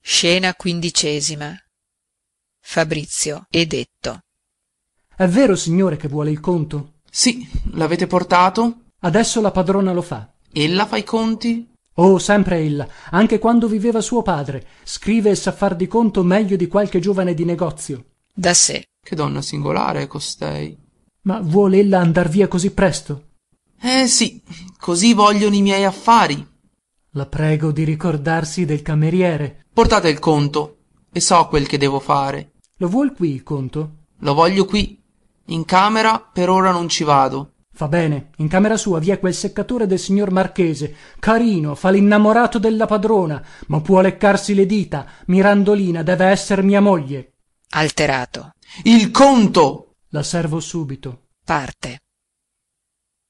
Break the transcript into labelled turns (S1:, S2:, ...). S1: scena xv fabrizio e detto
S2: è vero signore che vuole il conto
S3: sì l'avete portato
S2: adesso la padrona lo fa
S3: ella fa i conti
S2: oh sempre ella anche quando viveva suo padre scrive e sa far di conto meglio di qualche giovane di negozio
S1: da sé
S3: che donna singolare è costei
S2: ma vuol ella andar via così presto
S3: eh sì così vogliono i miei affari
S2: la prego di ricordarsi del cameriere
S3: portate il conto e so quel che devo fare
S2: lo vuol qui il conto
S3: lo voglio qui in camera per ora non ci vado
S2: Fa bene, in camera sua vi è quel seccatore del signor Marchese, carino, fa l'innamorato della padrona, ma può leccarsi le dita, Mirandolina deve esser mia moglie.
S1: Alterato.
S3: Il conto!
S2: La servo subito.
S1: Parte.